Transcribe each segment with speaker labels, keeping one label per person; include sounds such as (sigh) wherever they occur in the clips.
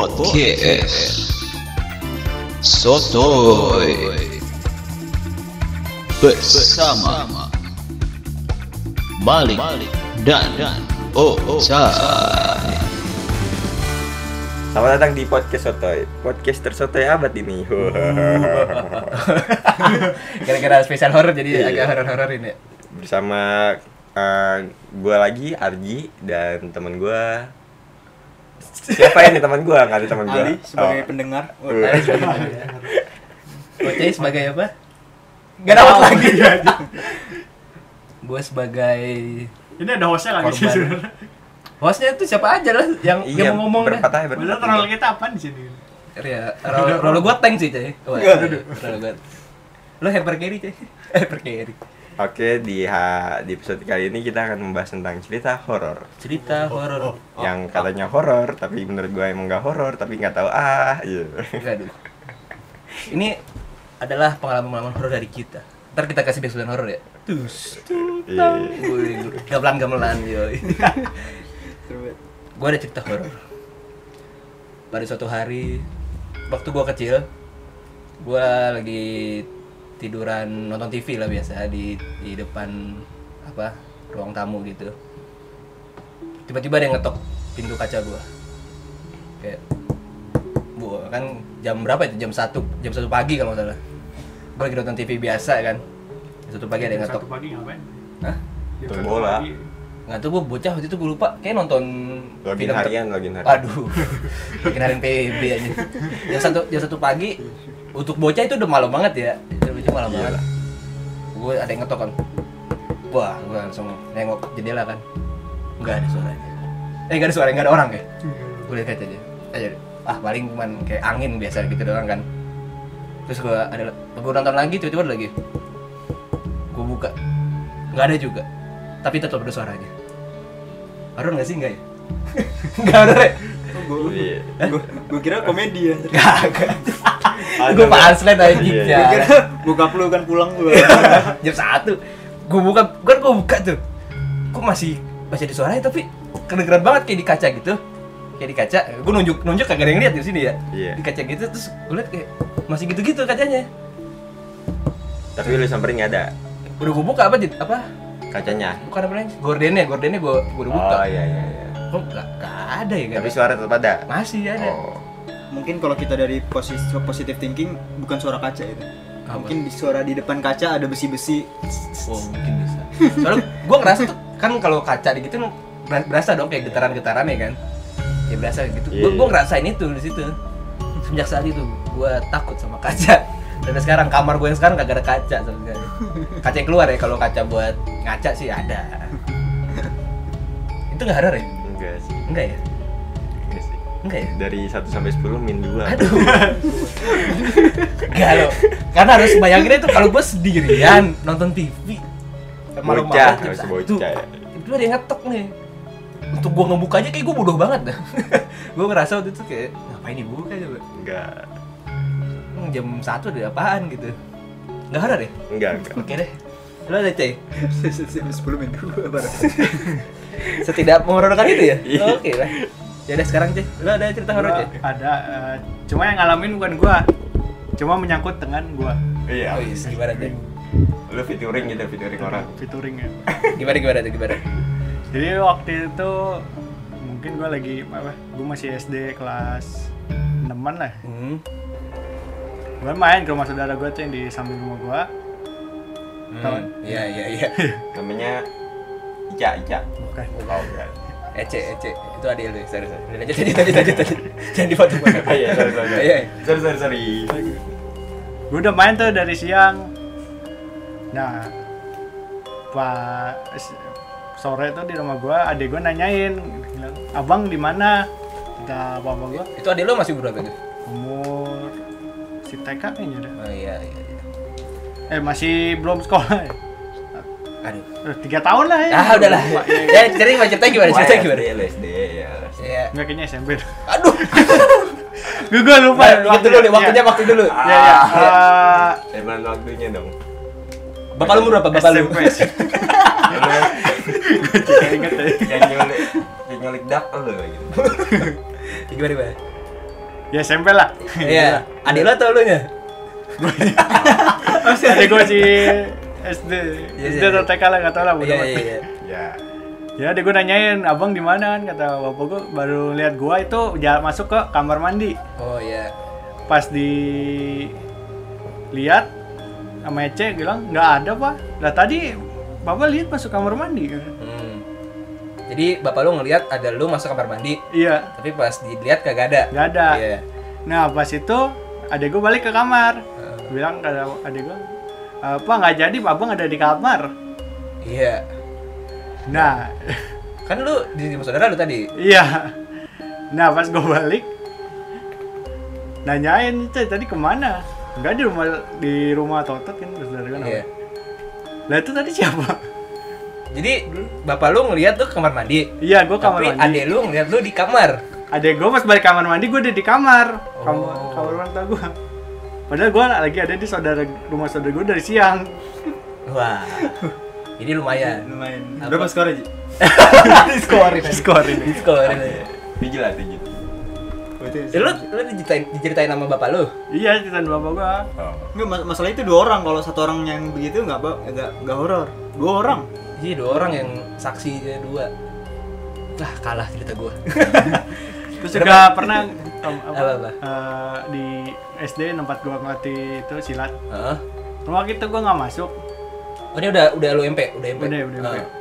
Speaker 1: Podcast Sotoy Bersama Malik dan Oh, Ocha
Speaker 2: Selamat datang di podcast Sotoy. Podcast tersotoy abad ini. (laughs)
Speaker 3: Kira-kira spesial horor jadi
Speaker 2: Iya.
Speaker 3: agak horor-hororin ya.
Speaker 2: Bersama eh, gua lagi Arji dan teman gua Siapa ini teman gua? Enggak ada teman gua.
Speaker 4: Ali sebagai
Speaker 2: Oh.
Speaker 4: pendengar. Wah,
Speaker 2: Eh,
Speaker 3: Bocah sebagai apa? Gak dapat lagi. Gue sebagai
Speaker 4: Ini ada hostnya lagi sih
Speaker 3: Korban.
Speaker 4: sebenarnya.
Speaker 3: hostnya itu siapa aja lah yang
Speaker 2: Iya,
Speaker 3: yang mau ngomong
Speaker 2: berempat
Speaker 3: dah.
Speaker 2: aja, berempat.
Speaker 4: Bener role kita apaan di sini?
Speaker 3: Ya, role role gue tank sih
Speaker 2: Iya,
Speaker 3: cuy. Wah, Role gue. Lo hyper carry cuy. (laughs) Hyper carry.
Speaker 2: Oke, di ha- di episode kali ini kita akan membahas tentang cerita horor.
Speaker 3: Cerita horor.
Speaker 2: Yang katanya horor, tapi menurut gua emang gak horor, tapi nggak tahu ah. Iya.
Speaker 3: Aduh. Ini adalah pengalaman-pengalaman horor dari kita. Ntar kita kasih backstory horor ya. Tus.
Speaker 2: Iya.
Speaker 3: Wih, gamelan-gamelan yoi.
Speaker 4: Seru banget.
Speaker 3: gue ada cerita horor pada suatu hari waktu gue kecil gue lagi tiduran nonton TV lah biasa di di depan apa ruang tamu gitu tiba-tiba ada yang ngetok pintu kaca gue kayak bu kan jam berapa itu jam satu jam satu pagi kalau nggak salah gue lagi nonton TV biasa kan satu pagi ada yang
Speaker 4: Satu
Speaker 3: ngetok
Speaker 4: pagi ngapain?
Speaker 3: Hah?
Speaker 4: Jam
Speaker 2: Main
Speaker 4: satu
Speaker 2: bola.
Speaker 4: pagi.
Speaker 3: nggak tahu gue bocah waktu itu gue lupa kayak nonton
Speaker 2: Login
Speaker 3: film-
Speaker 2: harian, login harian.
Speaker 3: Waduh, (laughs) kenalin PB aja. Jam satu jam satu pagi, untuk bocah itu udah malam banget ya. Itu itu malam banget.
Speaker 2: Iyalah.
Speaker 3: Gue ada yang ngetok kan. Wah, gue langsung nengok jendela kan. Enggak ada suaranya. Eh, enggak ada suara, enggak ada orang ya. Gue lihat aja. Aja. Ah, paling cuman kayak angin biasa gitu doang kan. Terus gue ada gue nonton lagi tiba-tiba ada lagi. Gue buka. Enggak ada juga. Tapi tetap ada suaranya. Horor enggak sih enggak ya? (laughs) Enggak horor ya?
Speaker 2: Iya.
Speaker 4: Eh, Gua, gua kira komedi ya.
Speaker 3: Kagak.
Speaker 2: Ada
Speaker 3: gue
Speaker 2: nggak?
Speaker 3: panslet anjing
Speaker 2: Iya,
Speaker 4: Gua
Speaker 3: ya.
Speaker 4: kira buka lu kan pulang lu.
Speaker 3: (laughs) Jam satu. Gue buka, kan gue buka tuh. Kok masih masih ada suaranya tapi kedengeran banget kayak di kaca gitu. Kayak di kaca. Gue nunjuk nunjuk kagak ada yang lihat di sini ya.
Speaker 2: Iya.
Speaker 3: Di kaca gitu terus gue liat kayak masih gitu-gitu kacanya.
Speaker 2: Tapi lu samperin nggak ada
Speaker 3: Udah gue buka apa Jit? apa?
Speaker 2: kacanya.
Speaker 3: Bukan apa namanya? Gordennya, gordennya gue gue udah buka.
Speaker 2: Oh iya iya iya.
Speaker 3: Kok nggak nggak ada ya? nggak
Speaker 2: Tapi
Speaker 3: ada.
Speaker 2: suara tetap ada.
Speaker 3: masih ada.
Speaker 2: Oh.
Speaker 4: (laughs) Mungkin kalau kita dari posisi positive thinking bukan suara kaca itu.
Speaker 3: Apa?
Speaker 4: Mungkin di suara di depan kaca ada besi-besi. (laughs)
Speaker 3: Oh, mungkin bisa. Soalnya gue ngerasa tuh kan kalau kaca di gitu ber- berasa dong kayak getaran-getaran ya kan. Ya berasa gitu. Gue
Speaker 2: Iya.
Speaker 3: gue ngerasain itu di situ. Sejak saat itu gue takut sama kaca. Dan sekarang kamar gue yang sekarang gak ada kaca sama sekali. Kaca yang keluar ya kalau kaca buat ngaca sih ada. Itu nggak horor ya?
Speaker 2: Enggak sih.
Speaker 3: Enggak ya?
Speaker 2: Enggak sih.
Speaker 3: Enggak ya?
Speaker 2: Eh, Dari 1 sampai 10 min 2.
Speaker 3: Aduh. Enggak loh. Karena harus bayanginnya itu kalau gue sendirian nonton TV. malam-malam
Speaker 2: Bocah,
Speaker 3: jam
Speaker 2: harus
Speaker 3: satu.
Speaker 2: bocah ya.
Speaker 3: Itu ada yang ngetok nih. Untuk gue ngebuka aja kayak gue bodoh banget (laughs) dah. gue ngerasa waktu itu kayak ngapain dibuka coba.
Speaker 2: Enggak.
Speaker 3: Hmm, Jam 1 ada apaan gitu. Enggak ada deh.
Speaker 2: Enggak, enggak.
Speaker 3: Oke deh. Lo ada cey?
Speaker 4: Sebelum minggu gua baru.
Speaker 3: Setidak mengorbankan itu ya?
Speaker 2: Iya.
Speaker 3: Oke lah. Ya udah sekarang cey. Lo ada cerita horor
Speaker 5: Gua
Speaker 3: cey?
Speaker 5: ada eh, cuma yang ngalamin bukan gua cuma menyangkut dengan gua
Speaker 2: Iya.
Speaker 3: Oh, iya, gimana cey?
Speaker 2: Lu featuring gitu, featuring orang.
Speaker 5: featuring ya
Speaker 3: Gimana gimana tuh gimana?
Speaker 5: jadi waktu itu mungkin gua lagi apa gua masih SD kelas 6 lah
Speaker 3: Hmm.
Speaker 5: gua main ke rumah saudara gua tuh yang di samping rumah gua Tahu.
Speaker 3: Hmm. Iya iya iya.
Speaker 2: Namanya Ica, Ica.
Speaker 5: bukan
Speaker 2: Oh, enggak.
Speaker 3: Ece, Ece, itu adik lu, ya? sorry, sorry. Udah lanjut, lanjut, lanjut, lanjut, lanjut. Jangan dipotong. potong
Speaker 2: Oh, iya, sorry, sorry.
Speaker 3: Iya.
Speaker 2: Sorry, sorry, sorry.
Speaker 5: gua udah main tuh dari siang nah pak sore tuh di rumah gua adik gua nanyain bilang, abang di mana kata papa gua
Speaker 3: Itu adik lu masih berapa tuh?
Speaker 5: umur si TK kayaknya udah
Speaker 3: Oh iya, iya, iya.
Speaker 5: eh masih belum sekolah (laughs) ya
Speaker 3: Aduh.
Speaker 5: Eh, tiga tahun lah ya
Speaker 3: Ah, udahlah. Ya, cari cerita gimana? Cerita
Speaker 2: Wah,
Speaker 3: gimana?
Speaker 2: SD, LSD, ya.
Speaker 3: Iya.
Speaker 5: nggak kayaknya SMP
Speaker 3: Aduh.
Speaker 5: gue gue lupa
Speaker 3: Nah, Ingat dulu nih, waktunya
Speaker 5: ya
Speaker 3: waktu dulu. Ah, iya.
Speaker 5: ya, ya. Eh,
Speaker 2: Eh, bulan waktunya dong.
Speaker 3: Bapak lu berapa? Bapak lu?
Speaker 5: SMP gue juga inget ya
Speaker 2: oh, Yang nyulik, yang nyulik dak lu gitu.
Speaker 3: (laughs) Gimana, gimana?
Speaker 5: ya SMP lah
Speaker 3: Iya, adik lo atau lu nya? Oh,
Speaker 5: ada gue si SD
Speaker 3: Iya,
Speaker 5: SD
Speaker 3: iya,
Speaker 5: atau
Speaker 3: iya.
Speaker 5: TK lah nggak tau lah bodo
Speaker 3: Iya,
Speaker 5: amat.
Speaker 3: iya, iya.
Speaker 5: ya ya ada gue nanyain abang di mana kan kata bapak gue baru lihat gua itu jalan masuk ke kamar mandi
Speaker 3: Oh iya.
Speaker 5: pas di lihat sama Ece bilang nggak ada pak lah tadi bapak lihat masuk kamar mandi
Speaker 3: Hmm. Jadi bapak lu ngelihat ada lu masuk kamar mandi,
Speaker 5: iya
Speaker 3: tapi pas dilihat kagak ada.
Speaker 5: nggak ada
Speaker 3: Iya.
Speaker 5: nah pas itu adek gue balik ke kamar
Speaker 3: Eh.
Speaker 5: bilang kata adek gue apa nggak jadi Pak abang ada di kamar
Speaker 3: Iya.
Speaker 5: nah (laughs)
Speaker 3: Kan lu di rumah saudara lu tadi.
Speaker 5: Iya. Nah pas gue balik nanyain "Cek, tadi kemana? Enggak di rumah di rumah Totot kan saudara kan.
Speaker 3: Iya.
Speaker 5: Lah itu tadi siapa? (laughs)
Speaker 3: Jadi bapak lu ngelihat tuh kamar mandi.
Speaker 5: Iya gue kamar
Speaker 3: tapi
Speaker 5: mandi.
Speaker 3: adik lu ngelihat lu di kamar.
Speaker 5: Adek gue pas balik kamar mandi gue udah di kamar. Kamar
Speaker 3: Oh.
Speaker 5: kamar orang tua gue. Padahal gue lagi ada di saudara rumah saudara gue dari siang. (laughs)
Speaker 3: Wah. Ini lumayan.
Speaker 4: lumayan
Speaker 3: Apa? Oh,
Speaker 4: berapa skor
Speaker 3: (laughs)
Speaker 4: aja (laughs)
Speaker 3: Diskorin.
Speaker 5: Skorin.
Speaker 3: Diskorin.
Speaker 2: Tinggi Eh, lah tinggi.
Speaker 3: Ya, Eh, lu lu diceritain, diceritain sama bapak lu.
Speaker 5: iya cerita bapak gue.
Speaker 2: Oh.
Speaker 4: Nggak, mas- masalah itu dua orang kalau satu orang yang begitu nggak apa nggak nggak horor dua orang
Speaker 3: Jadi Iya, dua orang yang saksi aja dua. Lah kalah cerita gua.
Speaker 5: Terus juga pernah
Speaker 3: (laughs)
Speaker 5: Tom, apa,
Speaker 3: Apa, apa?
Speaker 5: eh, di SD tempat gue ngelatih itu silat.
Speaker 3: Heeh.
Speaker 5: Waktu itu gue nggak masuk.
Speaker 3: Oh, ini udah udah lu MP, udah MP.
Speaker 5: Udah, udah
Speaker 3: Heeh.
Speaker 5: SMP.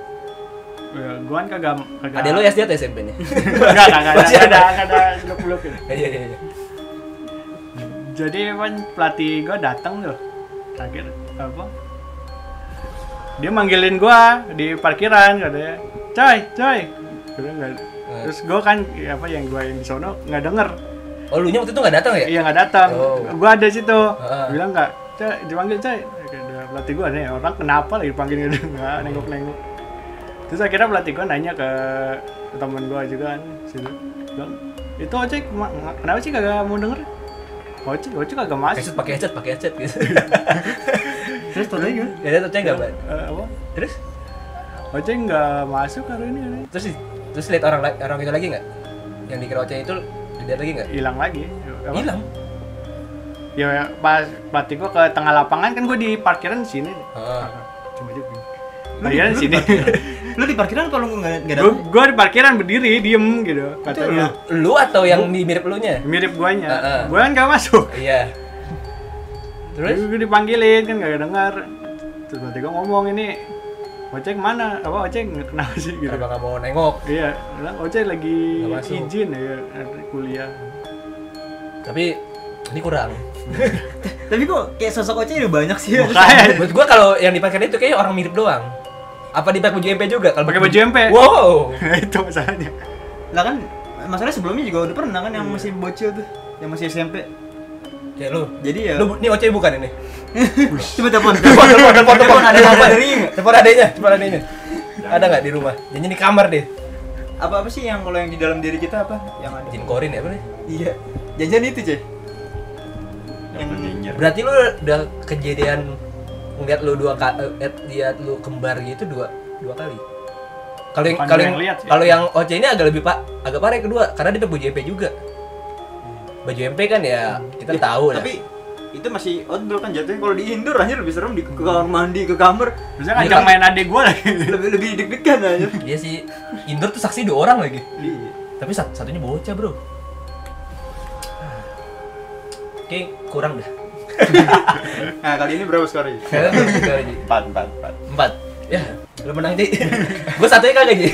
Speaker 5: Ya, Gua kan kagak kagak.
Speaker 3: Ada lu SD atau SMP-nya?
Speaker 5: (laughs) Enggak, kagak ada.
Speaker 3: (laughs) Masih
Speaker 5: Enggak ada,
Speaker 3: ada.
Speaker 5: enggak ada gitu. blok-blok ini.
Speaker 3: Iya iya iya.
Speaker 5: Jadi kan pelatih gua datang tuh. Terakhir apa? Dia manggilin gua di parkiran katanya. Coy, coy. Gua nggak- Terus gua kan ya apa yang gua yang di sono nggak denger.
Speaker 3: Oh, lu nya waktu itu nggak datang ya?
Speaker 5: Iya nggak datang.
Speaker 3: Oh. Ah.
Speaker 5: Gua ada situ.
Speaker 3: Heeh.
Speaker 5: Bilang nggak, coy, dipanggil coy. Kata Pelatih gua nih orang kenapa lagi dipanggil gitu (laughs) nggak nengok-nengok. Terus akhirnya pelatih gua nanya ke teman gua juga kan, situ. Bilang, itu ojek ma- ma- kenapa sih kagak mau denger? Ojek, ojek kagak
Speaker 3: Headset
Speaker 5: masuk.
Speaker 3: pakai headset, pakai headset gitu. (laughs)
Speaker 5: Terus tadi gimana?
Speaker 3: Ya datang enggak, Mbak?
Speaker 5: Eh, apa?
Speaker 3: Terus
Speaker 5: Ojek nggak masuk hari ini, hari ini.
Speaker 3: terus di- terus lihat orang la- orang itu lagi nggak? Yang dikira Oce itu dilihat lagi nggak?
Speaker 5: hilang lagi. Apa?
Speaker 3: Hilang.
Speaker 5: Ya, ya, pas pelatih gua ke tengah lapangan kan gua di parkiran sini.
Speaker 3: Heeh.
Speaker 5: Cuma juga. Parkiran sini. (laughs)
Speaker 4: lu di parkiran kalau nggak nggak
Speaker 5: Gua, gua di parkiran berdiri diem gitu katanya.
Speaker 3: Lu atau yang di mirip lu nya?
Speaker 5: mirip guanya
Speaker 3: Heeh.
Speaker 5: gua kan gak masuk
Speaker 3: Iya. Terus
Speaker 5: gue dipanggilin kan gak dengar terus nanti gue ngomong ini ojek mana apa ojek kenapa sih gitu
Speaker 3: kenapa nggak mau nengok?
Speaker 5: iya bilang ojek lagi
Speaker 3: Nggak masuk.
Speaker 5: izin ya ada kuliah
Speaker 3: Tapi ini
Speaker 5: (laughs)
Speaker 3: kurang.
Speaker 4: tapi kok kayak sosok Oce udah banyak sih ya
Speaker 5: kayak
Speaker 3: Menurut gua kalau yang dipakai itu kayak orang mirip doang. Apa dipakai baju MP juga? Kalau
Speaker 5: Pakai baju MP.
Speaker 3: Wow.
Speaker 5: (laughs) itu masalahnya
Speaker 4: lah kan masalahnya sebelumnya juga udah pernah kan yang masih bocil tuh yang masih SMP
Speaker 3: Ya lu.
Speaker 4: jadi
Speaker 5: Iya.
Speaker 4: ya (laughs)
Speaker 3: Lu ini Oce bukan ini?
Speaker 4: coba (laughs) telepon
Speaker 3: Telepon, telepon, telepon, telepon,
Speaker 4: telepon ada
Speaker 3: telepon.
Speaker 4: apa dari nggak?
Speaker 3: Telepon adanya, telepon adanya. Ada nggak di rumah? Janji di kamar deh.
Speaker 4: apa apa sih yang kalau yang di dalam diri kita apa yang ada
Speaker 3: Jin Korin ya apa nih?
Speaker 4: iya janjian itu cuy yang
Speaker 2: Danger.
Speaker 3: Berarti lu udah kejadian ngeliat lu dua kali, lihat lu kembar gitu dua dua kali. Kalau yang
Speaker 5: Bukan
Speaker 3: kalau
Speaker 5: gua
Speaker 3: yang
Speaker 5: yang lihat sih.
Speaker 3: kalau yang OC ini agak lebih pak agak parah yang kedua karena dia pakai baju MP juga. Baju MP kan ya kita
Speaker 4: Ya,
Speaker 3: tahu lah.
Speaker 4: tapi itu masih outdoor kan jatuhnya kalau di indoor anjir lebih serem di ke kamar mandi ke kamar
Speaker 5: bisa ngajak main adik gue lagi
Speaker 4: lebih lebih deg-degan anjir
Speaker 3: Dia Iya sih indoor tuh saksi dua orang lagi.
Speaker 4: Iya.
Speaker 3: Tapi sat- satunya bocah, Bro. Oke, kurang dah.
Speaker 4: nah kali ini berapa skornya
Speaker 2: Empat empat empat.
Speaker 3: Empat. Ya, lu menang, Ji. (laughs) gua satunya kagak, Ji.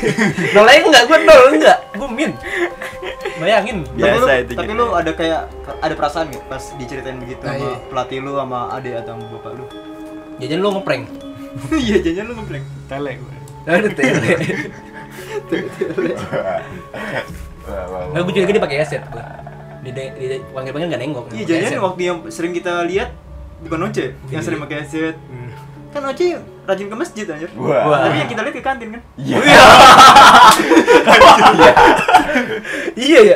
Speaker 3: Nolnya enggak, gua nol enggak. Gua min. Bayangin.
Speaker 4: tapi lu,
Speaker 2: Biasa itu
Speaker 4: tapi
Speaker 2: gitu
Speaker 4: lu
Speaker 2: ya.
Speaker 4: ada kayak ada perasaan gak pas diceritain begitu
Speaker 3: Nah,
Speaker 4: sama
Speaker 3: iya.
Speaker 4: pelatih lu sama ade atau sama bapak lu (laughs)
Speaker 3: Jajan lu ngeprank.
Speaker 4: iya janjian lu ngeblank
Speaker 5: tele gue
Speaker 3: Aduh, (laughs) tele. Enggak, gua juga dia pakai headset gua. Dia dia panggil-panggil enggak nengok.
Speaker 4: iya
Speaker 3: pakai
Speaker 4: janjian
Speaker 3: headset.
Speaker 4: waktu yang sering kita lihat bukan
Speaker 3: Iya.
Speaker 4: Oce yang sering pakai headset
Speaker 3: Hmm.
Speaker 4: kan Oce rajin ke masjid anjir
Speaker 2: Wah.
Speaker 4: tapi yang kita lihat ke kantin kan
Speaker 2: (laughs) Iya.
Speaker 3: Iya ya.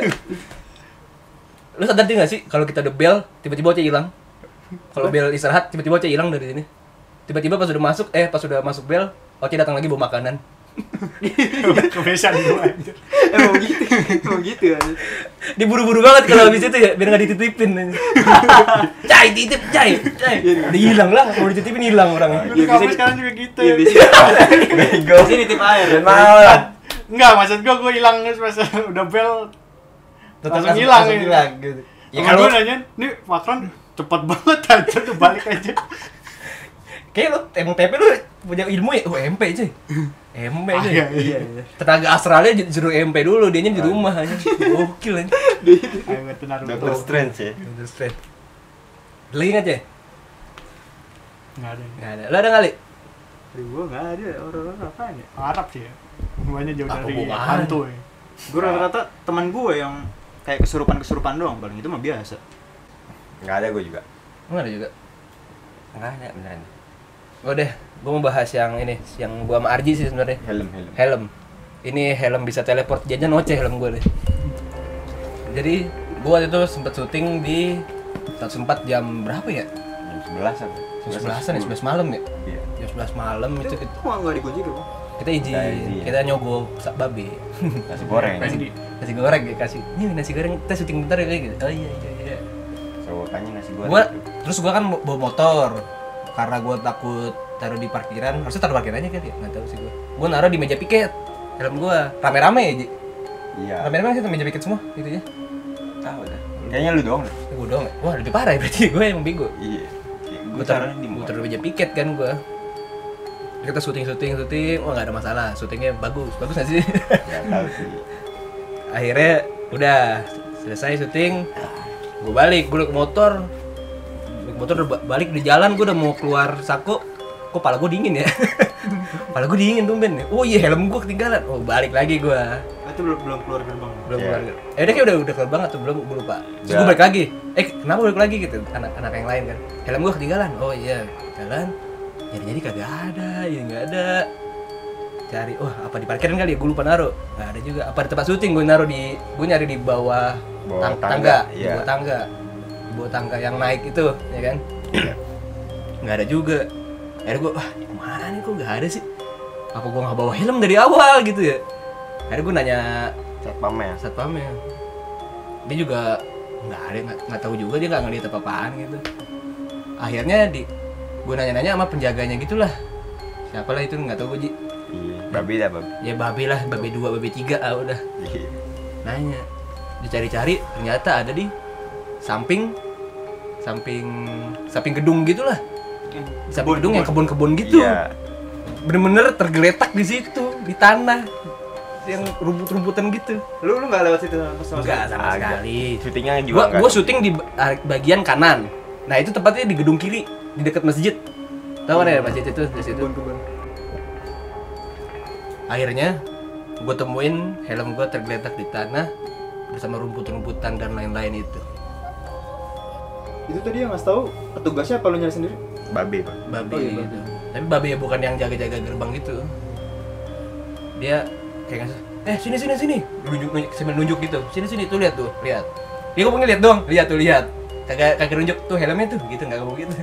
Speaker 3: Lu sadar tidak sih kalau kita udah bel tiba-tiba Oce hilang? Kalau bel istirahat tiba-tiba Oce hilang dari sini. Tiba-tiba pas udah masuk eh pas udah masuk bel Oce datang lagi bawa makanan.
Speaker 5: kebiasaan gua anjir.
Speaker 4: emang gitu emang gitu ya
Speaker 2: (laughs)
Speaker 3: Diburu-buru banget kalau habis itu ya, biar nggak dititipin. cai titip, cai, cai.
Speaker 5: Iya,
Speaker 3: Udah hilang lah, mau dititipin hilang orang.
Speaker 5: Di
Speaker 4: Ya,
Speaker 5: kampus
Speaker 4: bisa-
Speaker 5: sekarang juga gitu
Speaker 4: iya biasanya
Speaker 2: Bego.
Speaker 4: biasanya nitip air
Speaker 2: Dan mahal
Speaker 3: kan?
Speaker 2: lah.
Speaker 5: Enggak, maksud gua gua hilang terus pas (laughs) udah bel langsung hilang.
Speaker 3: langsung
Speaker 5: Ya.
Speaker 3: hilang, gitu. Ya
Speaker 5: Ya
Speaker 3: kalau
Speaker 5: gua nanya, "Nih, Macron cepet banget (laughs) aja tuh balik aja."
Speaker 3: kayak lu emang TP lu punya ilmu ya, oh MP cuy. MP
Speaker 5: Ah,
Speaker 3: cuy.
Speaker 5: iya,
Speaker 4: iya
Speaker 5: iya. Ah,
Speaker 4: iya
Speaker 3: Tenaga astralnya ju- juru MP dulu, dianya di rumah aja. Gokil aja.
Speaker 5: Ayo gua tenar
Speaker 2: Dokter Strange ya.
Speaker 3: Bener straight. Lu ingat ya?
Speaker 5: Enggak ada.
Speaker 3: Nggak ada. Lu ada kali?
Speaker 4: Aduh, gua nggak ada orang-orang apaan ya
Speaker 5: Arab sih ya. Hubungannya jauh
Speaker 3: Apa
Speaker 5: dari
Speaker 3: hubungan?
Speaker 5: hantu ya.
Speaker 4: gue rata-rata teman gue yang kayak kesurupan kesurupan doang paling itu mah biasa
Speaker 2: Enggak ada gue juga.
Speaker 3: Enggak ada juga.
Speaker 2: Enggak ada beneran.
Speaker 3: Udah, gua mau bahas yang ini, yang gua sama Arji sih sebenarnya.
Speaker 2: Helm helm.
Speaker 3: Helm. Ini helm bisa teleport, jajan noce helm gua deh. Jadi, gua waktu itu sempet syuting di 104 jam berapa ya?
Speaker 2: Jam 11 apa?
Speaker 3: Jam 11-an ya, 11 malam ya?
Speaker 2: Iya.
Speaker 3: Jam 11 malam itu
Speaker 4: itu
Speaker 3: kita,
Speaker 4: kok nggak dikunci dong
Speaker 3: kita izin,
Speaker 2: Kita izin.
Speaker 3: kita nyogok sak (laughs) babi.
Speaker 2: Nasi goreng.
Speaker 5: Pendi.
Speaker 3: nasi goreng ya kasih. Ini nasi goreng kita syuting bentar ya kayak gitu. Oh iya iya iya.
Speaker 2: Sobokannya nasi goreng.
Speaker 3: gua terus gua kan bawa motor karena gua takut taruh di parkiran harusnya taruh parkirannya kan ya nggak tahu sih gua gua naruh di meja piket helm gua rame-rame ya Ji?
Speaker 2: Iya.
Speaker 3: rame-rame sih meja piket semua gitu ya
Speaker 2: Tahu dah. Kayaknya lu doang deh.
Speaker 3: Eh, gua doang ya? wah lebih parah ya berarti (laughs) gua yang bego
Speaker 2: Iya. Gue
Speaker 3: gua taruh
Speaker 2: taruhnya di
Speaker 3: gua
Speaker 2: muka.
Speaker 3: taruh di meja piket kan gua Terus kita syuting syuting syuting wah nggak ada masalah syutingnya bagus bagus nggak sih (laughs)
Speaker 2: Enggak Ya, tahu sih.
Speaker 3: akhirnya udah selesai syuting gue balik gue ke motor Gua ke motor udah ba- balik di jalan gue udah mau keluar saku kok pala gue dingin ya (laughs) pala gue dingin tumben ya oh iya helm gue ketinggalan oh balik lagi gue
Speaker 4: Ah, itu belum belum keluar gerbang
Speaker 3: belum
Speaker 2: Iya. Ya.
Speaker 3: keluar eh udah kayak udah udah keluar banget tuh belum gue lupa terus gue
Speaker 2: Udah.
Speaker 3: balik lagi eh kenapa balik lagi gitu anak anak yang lain kan helm gue ketinggalan oh iya jalan nyari nyari kagak ada ya nggak ada cari wah apa di parkiran kali ya gue lupa naruh nggak ada juga apa di tempat syuting gue naruh di gue nyari di bawah,
Speaker 2: Bawah
Speaker 3: tang-
Speaker 2: tangga,
Speaker 3: tangga, di
Speaker 2: iya.
Speaker 3: bawah tangga di bawah tangga yang naik itu ya kan
Speaker 2: Iya.
Speaker 3: nggak ada juga akhirnya gue wah kemana nih kok nggak ada sih apa gue nggak bawa helm dari awal gitu ya akhirnya gue nanya
Speaker 2: Satpam ya.
Speaker 3: satpamnya dia juga nggak ada nggak- nggak tahu juga dia nggak ngeliat apa apaan gitu akhirnya di gue nanya nanya sama penjaganya gitulah siapa lah itu nggak tahu gue Ji.
Speaker 2: Iya. Babi dah babi.
Speaker 3: ya babe lah babe dua babe tiga ah udah
Speaker 2: Iya.
Speaker 3: nanya dicari-cari ternyata ada di samping samping samping gedung gitulah
Speaker 4: yang
Speaker 3: Di samping gedung yang kebun-kebun gitu
Speaker 2: Iya.
Speaker 3: bener-bener tergeletak di situ di tanah yang rumput-rumputan gitu
Speaker 4: lu lu nggak lewat situ sama sama
Speaker 3: enggak
Speaker 4: sama-
Speaker 3: sama
Speaker 2: Agak.
Speaker 3: sekali
Speaker 2: Syutingnya juga
Speaker 3: gua
Speaker 2: enggak.
Speaker 3: gua syuting di ba- ah, bagian kanan nah itu tempatnya di gedung kiri di dekat masjid tahu kan ya masjid itu di situ
Speaker 4: kebun-kebun
Speaker 3: akhirnya gua temuin helm gua tergeletak di tanah bersama rumput-rumputan dan lain-lain itu
Speaker 4: itu tadi yang ngasih tahu petugasnya apa lu nyari sendiri
Speaker 2: babi, Pak.
Speaker 3: babe
Speaker 4: Oh, iya,
Speaker 3: gitu. tapi babe ya bukan yang jaga-jaga gerbang gitu dia kayak ngasih eh sini sini sini nunjuk nunjuk sambil nunjuk gitu sini sini tuh lihat tuh lihat dia ngomongnya lihat dong lihat tuh lihat kagak kagak nunjuk tuh helmnya tuh gitu nggak ngomong gitu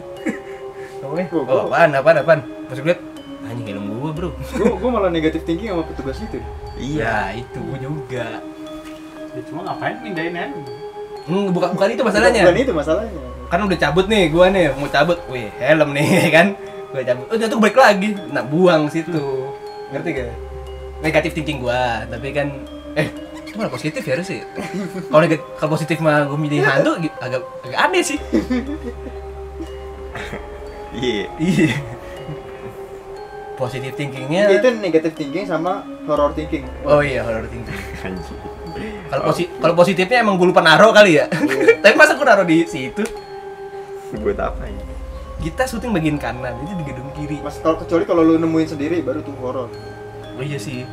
Speaker 3: (laughs) ngomongnya oh
Speaker 4: Gua- gua-
Speaker 3: apaan apaan apaan pas gue lihat anjing helm gua bro
Speaker 4: gua gua malah negatif thinking sama petugas itu
Speaker 3: iya itu gua juga
Speaker 5: Ya, cuma ngapain mindahin ya?
Speaker 3: hmm, bukan bukan itu masalahnya
Speaker 4: bukan itu masalahnya
Speaker 3: kan udah cabut nih gua nih mau cabut wih helm nih (laughs) kan gua cabut oh jatuh balik lagi nah buang situ ngerti gak negatif thinking gua tapi kan eh itu malah positif ya harus sih kalau nega- kalau positif mah gua milih hantu gi- agak agak aneh sih
Speaker 2: Iya. (laughs)
Speaker 3: iya positif thinkingnya
Speaker 4: itu negatif thinking sama horror thinking
Speaker 3: oh iya horror thinking
Speaker 2: Anjir.
Speaker 3: kalau posi- kalau positifnya emang gua lupa naro kali ya (laughs) tapi masa gua naro di situ
Speaker 2: Buat apa ini?
Speaker 3: kita syuting bagian kanan itu di gedung kiri
Speaker 4: Mas kalau kecuali kalau lu nemuin sendiri baru tuh horor.
Speaker 3: Oh iya sih.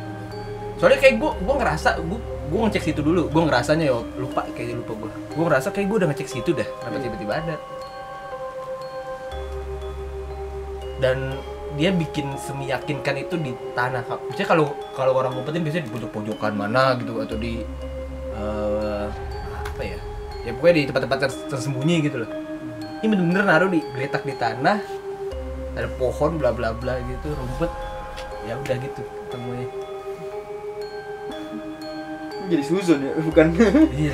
Speaker 3: Soalnya kayak gue gue ngerasa gue gue ngecek situ dulu. Gue ngerasanya ya lupa kayak lupa gue. Gue ngerasa kayak gue udah ngecek situ dah. Kenapa tiba-tiba ada? Dan dia bikin semi yakinkan itu di tanah. Maksudnya kalau kalau orang ngumpetin biasanya di pojok-pojokan mana gitu atau di eh, apa ya? Ya pokoknya di tempat-tempat ter- tersembunyi gitu loh. Ini bener-bener naruh di geletak di tanah ada pohon bla bla bla gitu rumput ya udah gitu temunya
Speaker 4: Jadi suzon ya, (laughs) bukan.
Speaker 3: Iya. (laughs)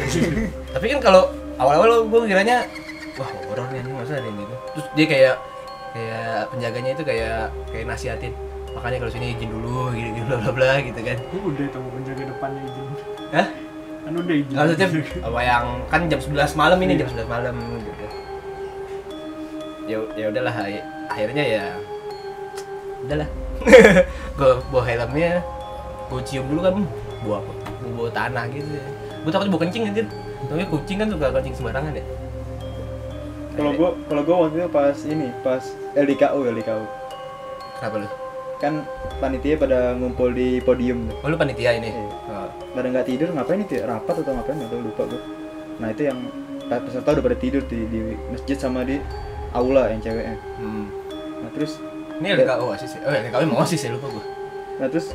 Speaker 3: tapi kan kalau awal-awal gue kiranya wah horor nih anjing masa ada yang gitu terus dia kayak kayak penjaganya itu kayak kayak nasihatin makanya kalau sini izin dulu gitu bla bla bla gitu kan
Speaker 5: udah tuh penjaga depannya izin
Speaker 3: Hah?
Speaker 5: kan udah izin
Speaker 3: Nggak, (laughs) maksudnya apa yang kan jam 11 malam ini jam 11 malam gitu ya ya udahlah ay- akhirnya ya (laughs) udahlah gue bawa helmnya gue cium dulu kan bawa apa Gua bawa tanah gitu gue takut bawa kencing anjir tapi kucing kan suka kencing sembarangan ya
Speaker 4: Kalau gua kalau gua waktu itu pas ini, pas LDKU LDKU.
Speaker 3: kenapa lu
Speaker 4: Kan panitia pada ngumpul di podium tuh.
Speaker 3: oh lu panitia ini
Speaker 4: Iya.
Speaker 3: Oh.
Speaker 4: Pada nggak tidur ngapain itu ya? Rapat atau ngapain atau lupa gua. Nah, itu yang peserta udah pada tidur di, di masjid sama di aula yang ceweknya.
Speaker 3: Hmm.
Speaker 4: Nah, terus
Speaker 3: Ini LKU OSIS ya? Oh LKU emang OSIS ya lupa gue
Speaker 4: Nah terus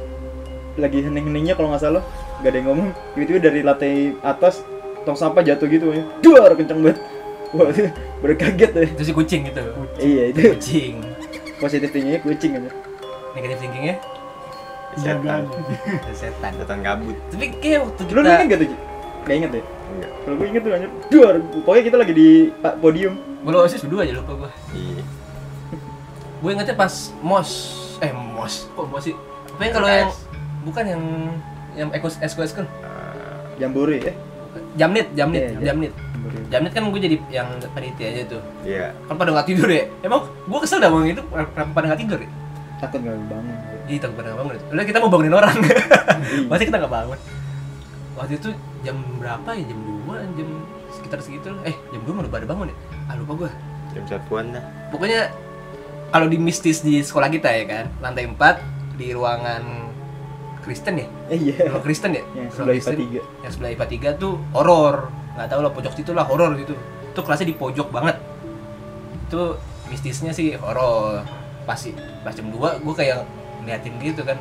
Speaker 4: lagi hening-heningnya kalau nggak salah gak ada yang ngomong tiba-tiba dari lantai atas tong sampah jatuh gitu ya duar kenceng banget wah itu baru kaget ya. deh
Speaker 3: Itu si kucing gitu
Speaker 4: iya itu
Speaker 3: Kucing
Speaker 4: positif tingginya kucing aja
Speaker 3: Negatif thinkingnya
Speaker 5: penjagaan
Speaker 2: setan
Speaker 3: Setan
Speaker 2: setan kabut
Speaker 3: Tapi kayak waktu
Speaker 4: lu inget
Speaker 3: kita
Speaker 4: gak tuh Ji? nggak inget deh
Speaker 2: enggak
Speaker 4: kalau gue inget tuh lanjut duar pokoknya kita lagi di pa- podium
Speaker 3: Gue OSIS berdua aja lupa gue
Speaker 2: iya
Speaker 3: Gue ingetnya pas MOS Eh MOS Kok MOS sih? Pokoknya kalau yang Bukan yang Yang ekos esko esko kan?
Speaker 4: jambore ya
Speaker 3: Jamnit Jamnit
Speaker 4: Iya, iya.
Speaker 3: Jamnit
Speaker 4: Jambore.
Speaker 3: Jamnit kan gue jadi yang panitia aja tuh
Speaker 2: iya
Speaker 3: Kan pada nggak tidur ya Emang gue kesel dah bang itu Kenapa pada nggak tidur ya?
Speaker 4: takut nggak bangun
Speaker 3: Iya, takut pada nggak bangun. Udah kita mau bangunin
Speaker 4: (laughs)
Speaker 3: orang. Pasti kita nggak bangun. Waktu itu jam berapa ya? Jam 2, jam sekitar segitu. lah. Eh, jam 2 mau udah pada bangun ya? Ah, lupa gua.
Speaker 2: jam satuan dah
Speaker 3: Pokoknya kalau di mistis di sekolah kita ya kan, lantai 4 di ruangan Kristen ya?
Speaker 4: eh iya
Speaker 3: Ruang Kristen ya?
Speaker 4: yang
Speaker 3: Ruang
Speaker 4: sebelah IPA
Speaker 3: Kristen. Yang sebelah IPA 3 tuh horor. Nggak tahu lah pojok situ lah horor gitu. Itu kelasnya di pojok banget. Itu mistisnya sih horor. Pasti pas jam 2 gue kayak ngeliatin gitu kan.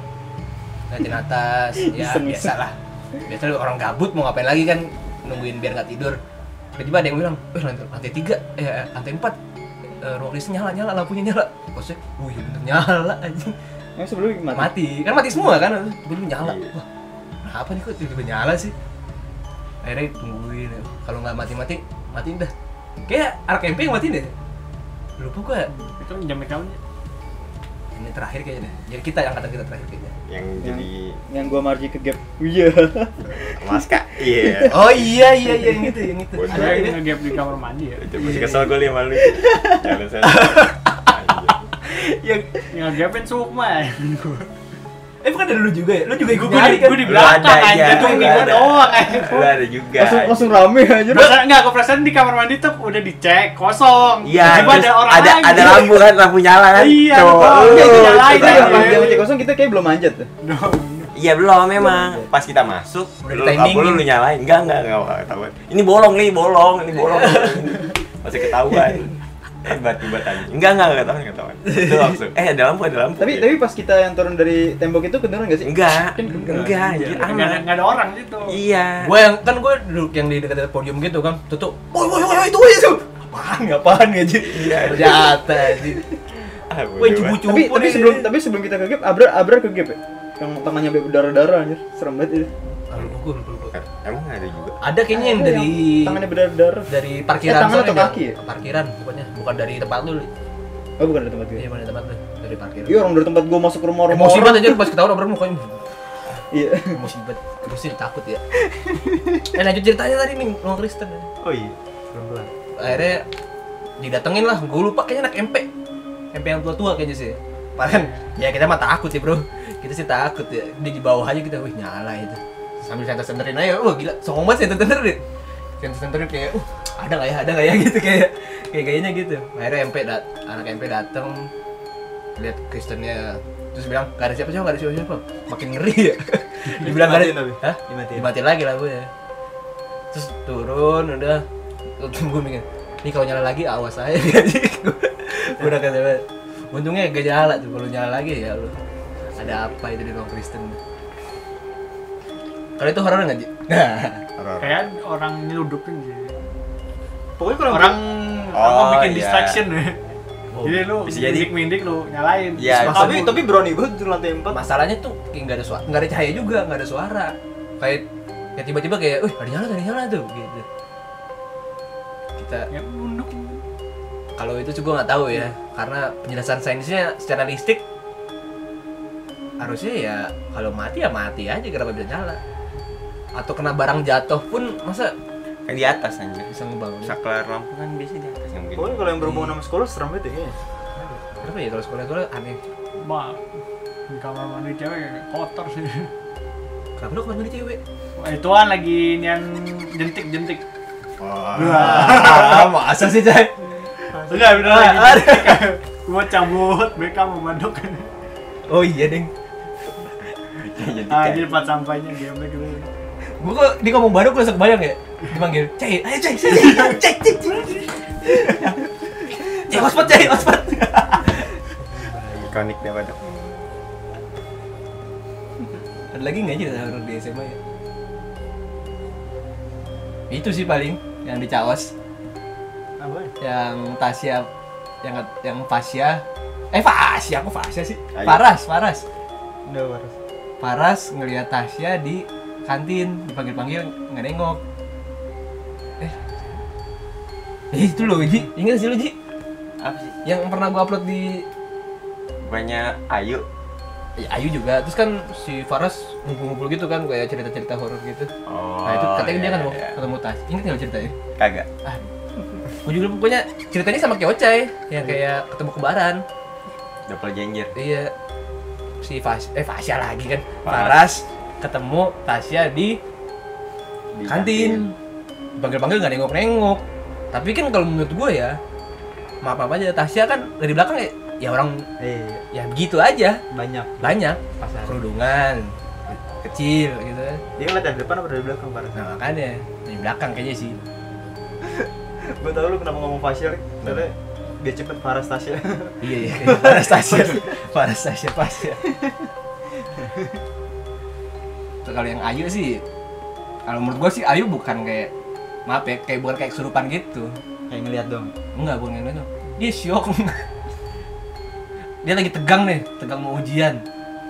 Speaker 3: Ngeliatin atas, ya
Speaker 4: Iseng-iseng.
Speaker 3: biasalah. Biasanya orang gabut mau ngapain lagi kan nungguin biar nggak tidur. Tiba-tiba ada yang bilang, "Eh, lantai, lantai 3, eh lantai 4." Eh, ruang Kristen nyala-nyala lampunya nyala. Bosnya, "Wih, bener nyala anjing."
Speaker 4: 3 yang sebelumnya
Speaker 3: mati.
Speaker 4: mati,
Speaker 3: kan mati semua kan tiba-tiba nyala
Speaker 2: Iya.
Speaker 3: wah kenapa nih kok tiba-tiba nyala sih akhirnya tungguin kalau nggak mati-mati matiin dah kayak arah camping matiin deh lupa gua
Speaker 5: itu jam mekalnya
Speaker 3: ini terakhir kayaknya deh jadi kita angkatan kita terakhir kayaknya
Speaker 2: yang
Speaker 4: yang,
Speaker 2: jadi
Speaker 4: yang gua marji ke gap iya
Speaker 2: maska
Speaker 3: (laughs)
Speaker 2: iya
Speaker 3: oh iya iya iya yang itu yang itu
Speaker 2: Bodoh.
Speaker 5: ada
Speaker 3: Ada
Speaker 5: yang
Speaker 3: ini.
Speaker 5: ngegap di kamar mandi ya
Speaker 2: itu masih kesel gue liat
Speaker 3: (laughs)
Speaker 2: malu jalan saya Anjir.
Speaker 3: yang
Speaker 5: yang ngegapin sukma ya
Speaker 3: eh bukan ada lu juga ya lu juga ikut
Speaker 5: gue di,
Speaker 3: kan
Speaker 5: gua di
Speaker 2: Lu
Speaker 5: belakang
Speaker 2: ada,
Speaker 5: aja
Speaker 2: iya.
Speaker 5: tuh
Speaker 2: Lu
Speaker 5: gue
Speaker 2: ada.
Speaker 5: doang aja
Speaker 2: lu ada juga
Speaker 4: langsung langsung rame aja
Speaker 5: Perasaan enggak, aku perasaan di kamar mandi tuh udah dicek kosong.
Speaker 2: iya
Speaker 5: Tiba-tiba
Speaker 2: terus
Speaker 5: ada orang
Speaker 2: ada
Speaker 5: lagi.
Speaker 2: ada lampu kan lampu nyala kan
Speaker 5: Iya,
Speaker 2: Cowok
Speaker 5: betul.
Speaker 2: lu,
Speaker 5: Iya, itu nyala
Speaker 2: kita-
Speaker 5: itu yang
Speaker 4: Pas
Speaker 5: paling-
Speaker 4: jam kunci ya. kosong kita kayak belum manjat ya. tuh.
Speaker 5: Duh.
Speaker 2: Iya belum memang. Pas kita masuk,
Speaker 3: Udah
Speaker 2: lu
Speaker 3: ditimingin.
Speaker 2: lampu lu, lu nyalain. Enggak, enggak, enggak enggak ketahuan. Ini bolong nih, bolong, ini bolong. Masih ketahuan. Hebat hebat aja. Enggak, enggak, enggak ketahuan, enggak ketahuan. Itu langsung. Eh, ada lampu, ada lampu.
Speaker 4: Tapi
Speaker 2: Ya.
Speaker 4: tapi Kan pas kita yang turun dari tembok itu kedengeran gak sih?
Speaker 2: enggak. Enggak, anjir
Speaker 5: Enggak ada
Speaker 2: aman.
Speaker 5: enggak ada orang gitu.
Speaker 2: Iya.
Speaker 3: gue yang kan gue duduk yang di dekat podium gitu kan tutup woi woi woi woi, itu woi itu apaan apaan ya Ji?
Speaker 2: Iya.
Speaker 3: ternyata Ji.
Speaker 2: Ah, bodoh
Speaker 3: Woi,
Speaker 2: banget.
Speaker 3: cupu-cupu.
Speaker 4: Tapi tapi
Speaker 3: nih.
Speaker 4: sebelum tapi sebelum kita ke gap, Abrar Abrar ke gap ya. Yang tangannya sampai berdarah-darah anjir. Serem banget itu.
Speaker 3: Ah, lupa gua, lupa gua.
Speaker 2: Eh, Emang ada juga.
Speaker 3: Ada kayaknya yang
Speaker 4: Ada
Speaker 3: dari
Speaker 4: tangannya berdarah-darah.
Speaker 3: dari parkiran
Speaker 4: Eh, tangan
Speaker 3: sana
Speaker 4: atau
Speaker 3: Bang.
Speaker 4: kaki ya?
Speaker 3: Parkiran pokoknya, bukan dari tempat lu. Li.
Speaker 4: Oh, bukan dari tempat gue.
Speaker 3: Iya, bukan dari tempat lu, dari parkiran.
Speaker 4: Iya, orang dari tempat gue masuk ke rumah orang.
Speaker 3: Emosi
Speaker 4: orang.
Speaker 3: banget aja pas ketahuan orang mukanya. (laughs)
Speaker 4: Iya.
Speaker 3: Emosi banget. Emosi takut
Speaker 4: (laughs)
Speaker 3: ya. Eh lanjut ceritanya tadi nih, ruang Kristen. ya.
Speaker 2: Oh iya. Pelan-pelan.
Speaker 3: Akhirnya didatengin lah, gue lupa kayaknya anak MP. MP yang tua-tua kayaknya sih. Padahal ya kita mah takut ya, Bro. Kita sih takut ya. Dia di bawah aja kita, wih nyala ya itu. Sambil senter-senterin aja, wah gila, songong banget senter-senterin. Senter-senterin kayak, uh, ada nggak ya, ada nggak ya (laughs) gitu kayak kayak kayaknya gitu. Akhirnya MP dat anak MP datang lihat Kristennya terus bilang gak ada siapa-siapa, gak ada siapa-siapa. Makin ngeri
Speaker 4: (laughs)
Speaker 3: ya. Dibilang gak ada.
Speaker 4: Dimatiin tapi.
Speaker 3: Hah?
Speaker 4: Dimatiin.
Speaker 3: Dimatiin lagi lah gue ya. Terus turun udah gue mikir, ini kalau nyala lagi awas aja (laughs) gue udah kata banget. Untungnya gak nyala tuh kalau nyala lagi ya lu. Ada apa itu di ruang Kristen? Kalau itu horor nggak Ji?
Speaker 2: Horor.
Speaker 5: Kayak orang nyeludupin gitu.
Speaker 4: Pokoknya
Speaker 5: Orang apa
Speaker 2: Oh,
Speaker 5: bikin
Speaker 2: iya.
Speaker 5: distraction ya.
Speaker 3: Oh,
Speaker 5: Jadi lu
Speaker 2: Bisa jadi.
Speaker 5: mindik-mindik lu nyalain. Terus
Speaker 2: Iya, bisa
Speaker 5: makan
Speaker 4: tapi
Speaker 5: dulu.
Speaker 4: tapi berani banget di lantai empat
Speaker 3: (laughs) masalahnya tuh kayak nggak ada suara nggak ada cahaya juga nggak ada suara kayak kayak tiba-tiba kayak wih ada nyala ada nyala tuh gitu kita
Speaker 5: ya unduk.
Speaker 3: kalau itu juga nggak tahu ya karena penjelasan sainsnya secara listrik harusnya ya kalau mati ya mati aja kenapa bisa nyala atau kena barang jatuh pun masa
Speaker 2: kan di atas anjir
Speaker 3: bisa ngebangun
Speaker 2: saklar lampu kan biasanya di atas nggak mungkin
Speaker 4: pokoknya kalau yang berhubungan sama sekolah serem banget ya kayaknya.
Speaker 3: kenapa ya kalau sekolah-sekolah aneh
Speaker 5: Ma, di kamar mandi cewek kotor sih.
Speaker 3: kenapa lu kemana cewek
Speaker 5: Wah, ituan lagi yang jentik-jentik.
Speaker 2: Oh, Ah.
Speaker 3: wah (laughs) masa sih cai
Speaker 5: Enggak, bener
Speaker 2: Ah.
Speaker 5: lagi. Gua cabut, BK mau mandok.
Speaker 3: oh iya deng
Speaker 2: (laughs) Jadi
Speaker 5: Ah,
Speaker 2: kayak-
Speaker 5: jadi pas sampainya game gitu.
Speaker 3: gua kok dia ngomong baru gua langsung bayang ya dipanggil cai ayo cai cai (laughs) cai cai cai cai cai ospot cai ospot
Speaker 2: ikonik dia pada
Speaker 3: ada lagi nggak sih orang di SMA ya itu sih paling yang di Cawas
Speaker 5: Apa? ya?
Speaker 3: yang Tasya yang yang Fasya eh Fasya aku Fasya sih
Speaker 2: Ayo.
Speaker 3: Paras Paras
Speaker 4: Udah waras.
Speaker 3: Paras ngelihat Tasya di kantin dipanggil panggil nggak nengok eh Eh, itu loh Ji ingat sih lo Ji
Speaker 2: apa sih
Speaker 3: yang pernah gua upload di
Speaker 2: banyak ayu
Speaker 3: ya, Ayu juga terus kan si Faras ngumpul-ngumpul gitu kan kayak cerita-cerita horor gitu
Speaker 2: oh
Speaker 3: nah itu katanya dia
Speaker 2: iya,
Speaker 3: kan mau
Speaker 2: iya.
Speaker 3: ketemu Tas ingat nggak lo ceritanya Ah,
Speaker 2: kagak
Speaker 3: Gua juga pokoknya ceritanya sama kayak Ocai
Speaker 2: Hmm.
Speaker 3: yang kayak ketemu kebaran
Speaker 2: double janjir
Speaker 3: Iya. Si Fas eh Fasya lagi kan.
Speaker 2: Faras.
Speaker 3: Faras ketemu Tasya di kantin. Panggil-panggil nggak nengok-nengok. Tapi kan kalau menurut gue ya, maaf apa aja Tasya kan dari belakang ya, ya orang
Speaker 4: Eh,
Speaker 3: ya begitu aja
Speaker 4: banyak
Speaker 3: banyak
Speaker 4: pasar.
Speaker 3: kerudungan kecil gitu
Speaker 4: Dia ngeliat dari depan apa dari belakang parah?
Speaker 3: nah makanya dari belakang kayaknya sih
Speaker 4: Gue tau lu kenapa ngomong facial, karena dia cepet Faras Tasya.
Speaker 3: iya iya kayaknya Faras Tasya Faras Tasya Fasya Tuh, kalau yang Ayu sih kalau menurut gue sih Ayu bukan kayak maaf ya kayak bukan kayak kesurupan gitu
Speaker 4: Kayak ngeliat (laughs) dong.
Speaker 3: Enggak, bukan yang itu. Dia syok. dia lagi tegang nih, tegang mau ujian.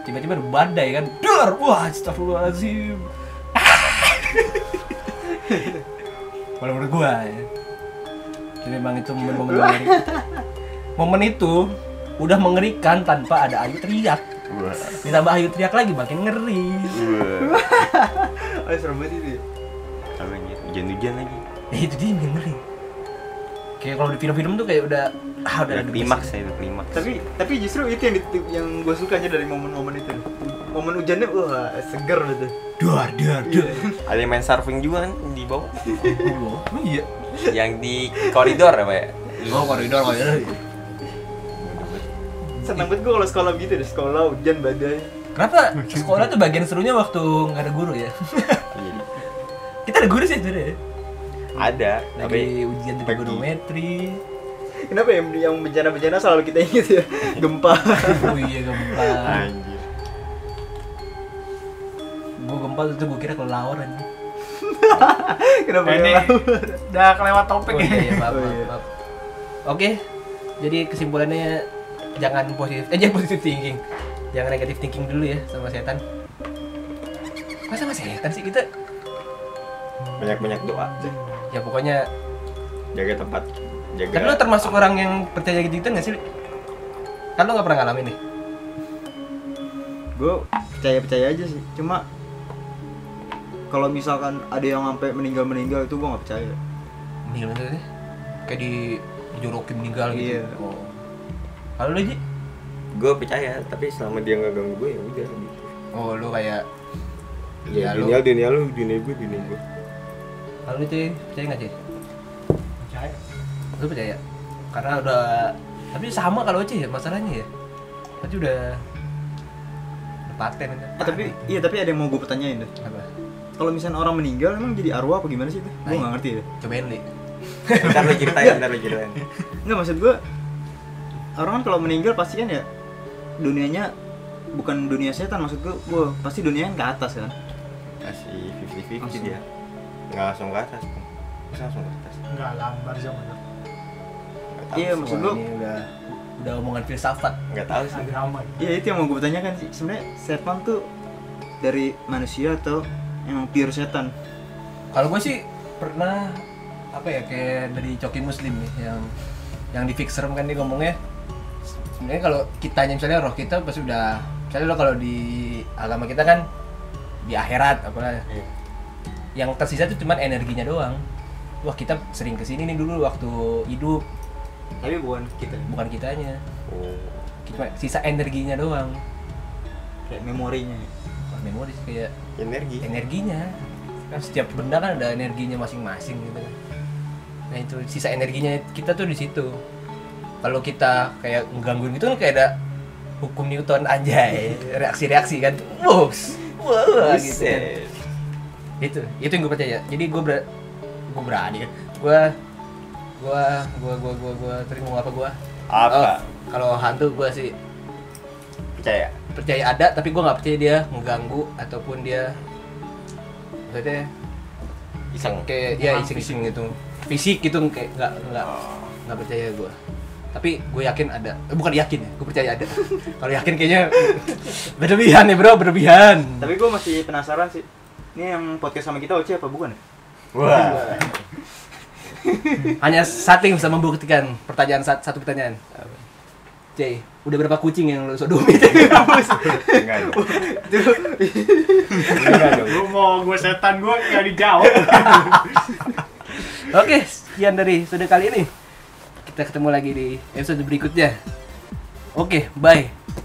Speaker 3: Tiba-tiba ada badai kan. Dar, wah, astagfirullahalazim. Kalau menurut gua ya. Jadi memang itu momen-momen mengerikan. Momen itu udah mengerikan tanpa ada Ayu teriak.
Speaker 2: Wah.
Speaker 3: Ditambah Ayu teriak lagi makin ngeri.
Speaker 2: Wah.
Speaker 4: Oh, serem banget itu. ya.
Speaker 2: Apa ini? hujan-hujan lagi
Speaker 3: Ya itu dia yang ngeri. Kayak kalau di film-film tuh kayak udah ah udah
Speaker 2: udah
Speaker 3: ada
Speaker 2: klimaks saya udah klimaks
Speaker 4: Tapi tapi justru itu yang di- yang gue suka aja dari momen-momen itu. Momen hujannya wah seger gitu.
Speaker 3: duar duar duar.
Speaker 2: ada yang main surfing juga kan di bawah
Speaker 3: Oh, iya.
Speaker 2: yang di koridor apa ya
Speaker 3: Gua koridor koridor.
Speaker 4: Seneng banget gue kalau sekolah gitu deh, sekolah hujan badai.
Speaker 3: Kenapa sekolah tuh bagian serunya waktu nggak ada guru ya? (laughs)
Speaker 2: Jadi,
Speaker 3: Kita ada guru sih sebenarnya.
Speaker 2: ada tapi
Speaker 3: Lagi ujian
Speaker 2: pagi.
Speaker 3: trigonometri.
Speaker 4: Kenapa yang yang bencana-bencana selalu kita inget ya? (laughs) Gempa. (laughs)
Speaker 3: Oh iya gempa.
Speaker 2: anjir
Speaker 3: Gua gempa tuh gua kira kelelawar aja.
Speaker 4: Kenapa
Speaker 5: Nah, Ini
Speaker 4: ya?
Speaker 5: udah kelewat topik
Speaker 3: Oh iya, iya,
Speaker 5: ya.
Speaker 3: maaf,
Speaker 4: Oh
Speaker 3: maaf,
Speaker 4: iya.
Speaker 3: maaf. Oke. Jadi kesimpulannya jangan positif eh jangan positif thinking. Jangan negatif thinking dulu ya sama setan. Masa sama setan sih kita?
Speaker 2: banyak-banyak doa
Speaker 3: Ya pokoknya
Speaker 2: jaga tempat jaga
Speaker 4: Iya.
Speaker 3: Kan lu termasuk orang yang percaya gitu-gitu gak sih? Li? Kan lu gak pernah ngalamin nih?
Speaker 4: Gue percaya percaya aja sih. Cuma kalau misalkan ada yang sampai meninggal meninggal itu gue nggak percaya.
Speaker 3: Meninggal maksudnya? Kayak di dijorokin meninggal gitu?
Speaker 4: Iya.
Speaker 3: Oh. Kalau lu Ji?
Speaker 2: gue percaya tapi selama dia nggak ganggu gue ya udah gitu
Speaker 3: Oh lu kayak...
Speaker 2: ya,
Speaker 3: Iya, lu.
Speaker 2: dunia dunia lu dunia gue dunia gue
Speaker 3: Kalau lu Ci, percaya gak Ci? Lu percaya? Karena udah... Tapi sama kalau Ci ya masalahnya ya? Tapi udah... udah Paten aja.
Speaker 4: Ah, tapi iya tapi ada yang mau gue pertanyain deh.
Speaker 3: Apa?
Speaker 4: Kalau misalnya orang meninggal emang jadi arwah apa gimana sih itu? Gue nggak ngerti ya. deh.
Speaker 3: Cobain Li.
Speaker 2: ntar lu ceritain ntar lu ceritain
Speaker 4: Nggak maksud gue orang kan kalau meninggal pasti kan ya dunianya bukan dunia setan maksud gue. Wah pasti dunianya ke atas kan.
Speaker 2: kasih fifty fifty
Speaker 4: Langsung.
Speaker 2: dia nggak langsung ke atas Masa langsung ke atas
Speaker 5: Enggak lambar zaman.
Speaker 2: Nggak tahu
Speaker 4: Iya
Speaker 2: sih.
Speaker 4: maksud gue
Speaker 3: Ini udah... udah omongan filsafat
Speaker 2: nggak tahu sih
Speaker 5: agama
Speaker 6: Iya itu yang mau gue tanyakan sih. Sebenarnya setan tuh dari manusia atau emang pure setan?
Speaker 3: kalau gue sih pernah apa ya kayak dari coki muslim nih yang yang di fixerem kan dia ngomongnya sebenarnya kalau kitanya misalnya roh kita pasti udah misalnya lo kalau di agama kita kan di akhirat apalah
Speaker 2: Iya.
Speaker 3: yang tersisa itu cuman energinya doang wah kita sering kesini nih dulu waktu hidup
Speaker 6: Tapi bukan kita.
Speaker 3: bukan kitanya
Speaker 2: Oh.
Speaker 3: cuma sisa energinya doang
Speaker 6: Kayak memorinya. ya.
Speaker 3: wah memori sih, kayak
Speaker 2: energi
Speaker 3: energinya kan setiap benda kan ada energinya masing-masing gitu kan nah itu sisa energinya kita tuh di situ kalau kita kayak menggangguin gitu kan kayak ada hukum Newton anjay reaksi-reaksi kan Wups, wah wah, gitu kan.
Speaker 2: Buset.
Speaker 3: itu itu yang gue percaya jadi gue ber gue berani kan gue gue gue gue gue gue terima apa gue Oh,
Speaker 4: Oh.
Speaker 2: apa
Speaker 3: kalau hantu gue sih
Speaker 2: percaya
Speaker 3: percaya ada tapi gue nggak percaya dia mengganggu ataupun dia maksudnya
Speaker 2: iseng
Speaker 3: kayak ya iseng-iseng gitu fisik gitu kayak nggak nggak
Speaker 2: Oh.
Speaker 3: nggak percaya gue tapi gue yakin ada eh, bukan yakin ya gue percaya ada (laughs) kalau yakin kayaknya (laughs) berlebihan ya bro berlebihan
Speaker 6: Tapi gue masih penasaran sih. Ini yang podcast sama kita Oce apa bukan? ya?
Speaker 2: wah
Speaker 3: hanya satu yang bisa membuktikan pertanyaan sat- satu pertanyaan Jay, udah berapa kucing yang lo sodomi? (laughs)
Speaker 2: enggak
Speaker 4: (laughs)
Speaker 2: dong. enggak dong
Speaker 5: lu mau gue setan gue nggak dijawab
Speaker 3: Oke, sekian dari episode kali ini. Kita ketemu lagi di episode berikutnya. Oke, bye.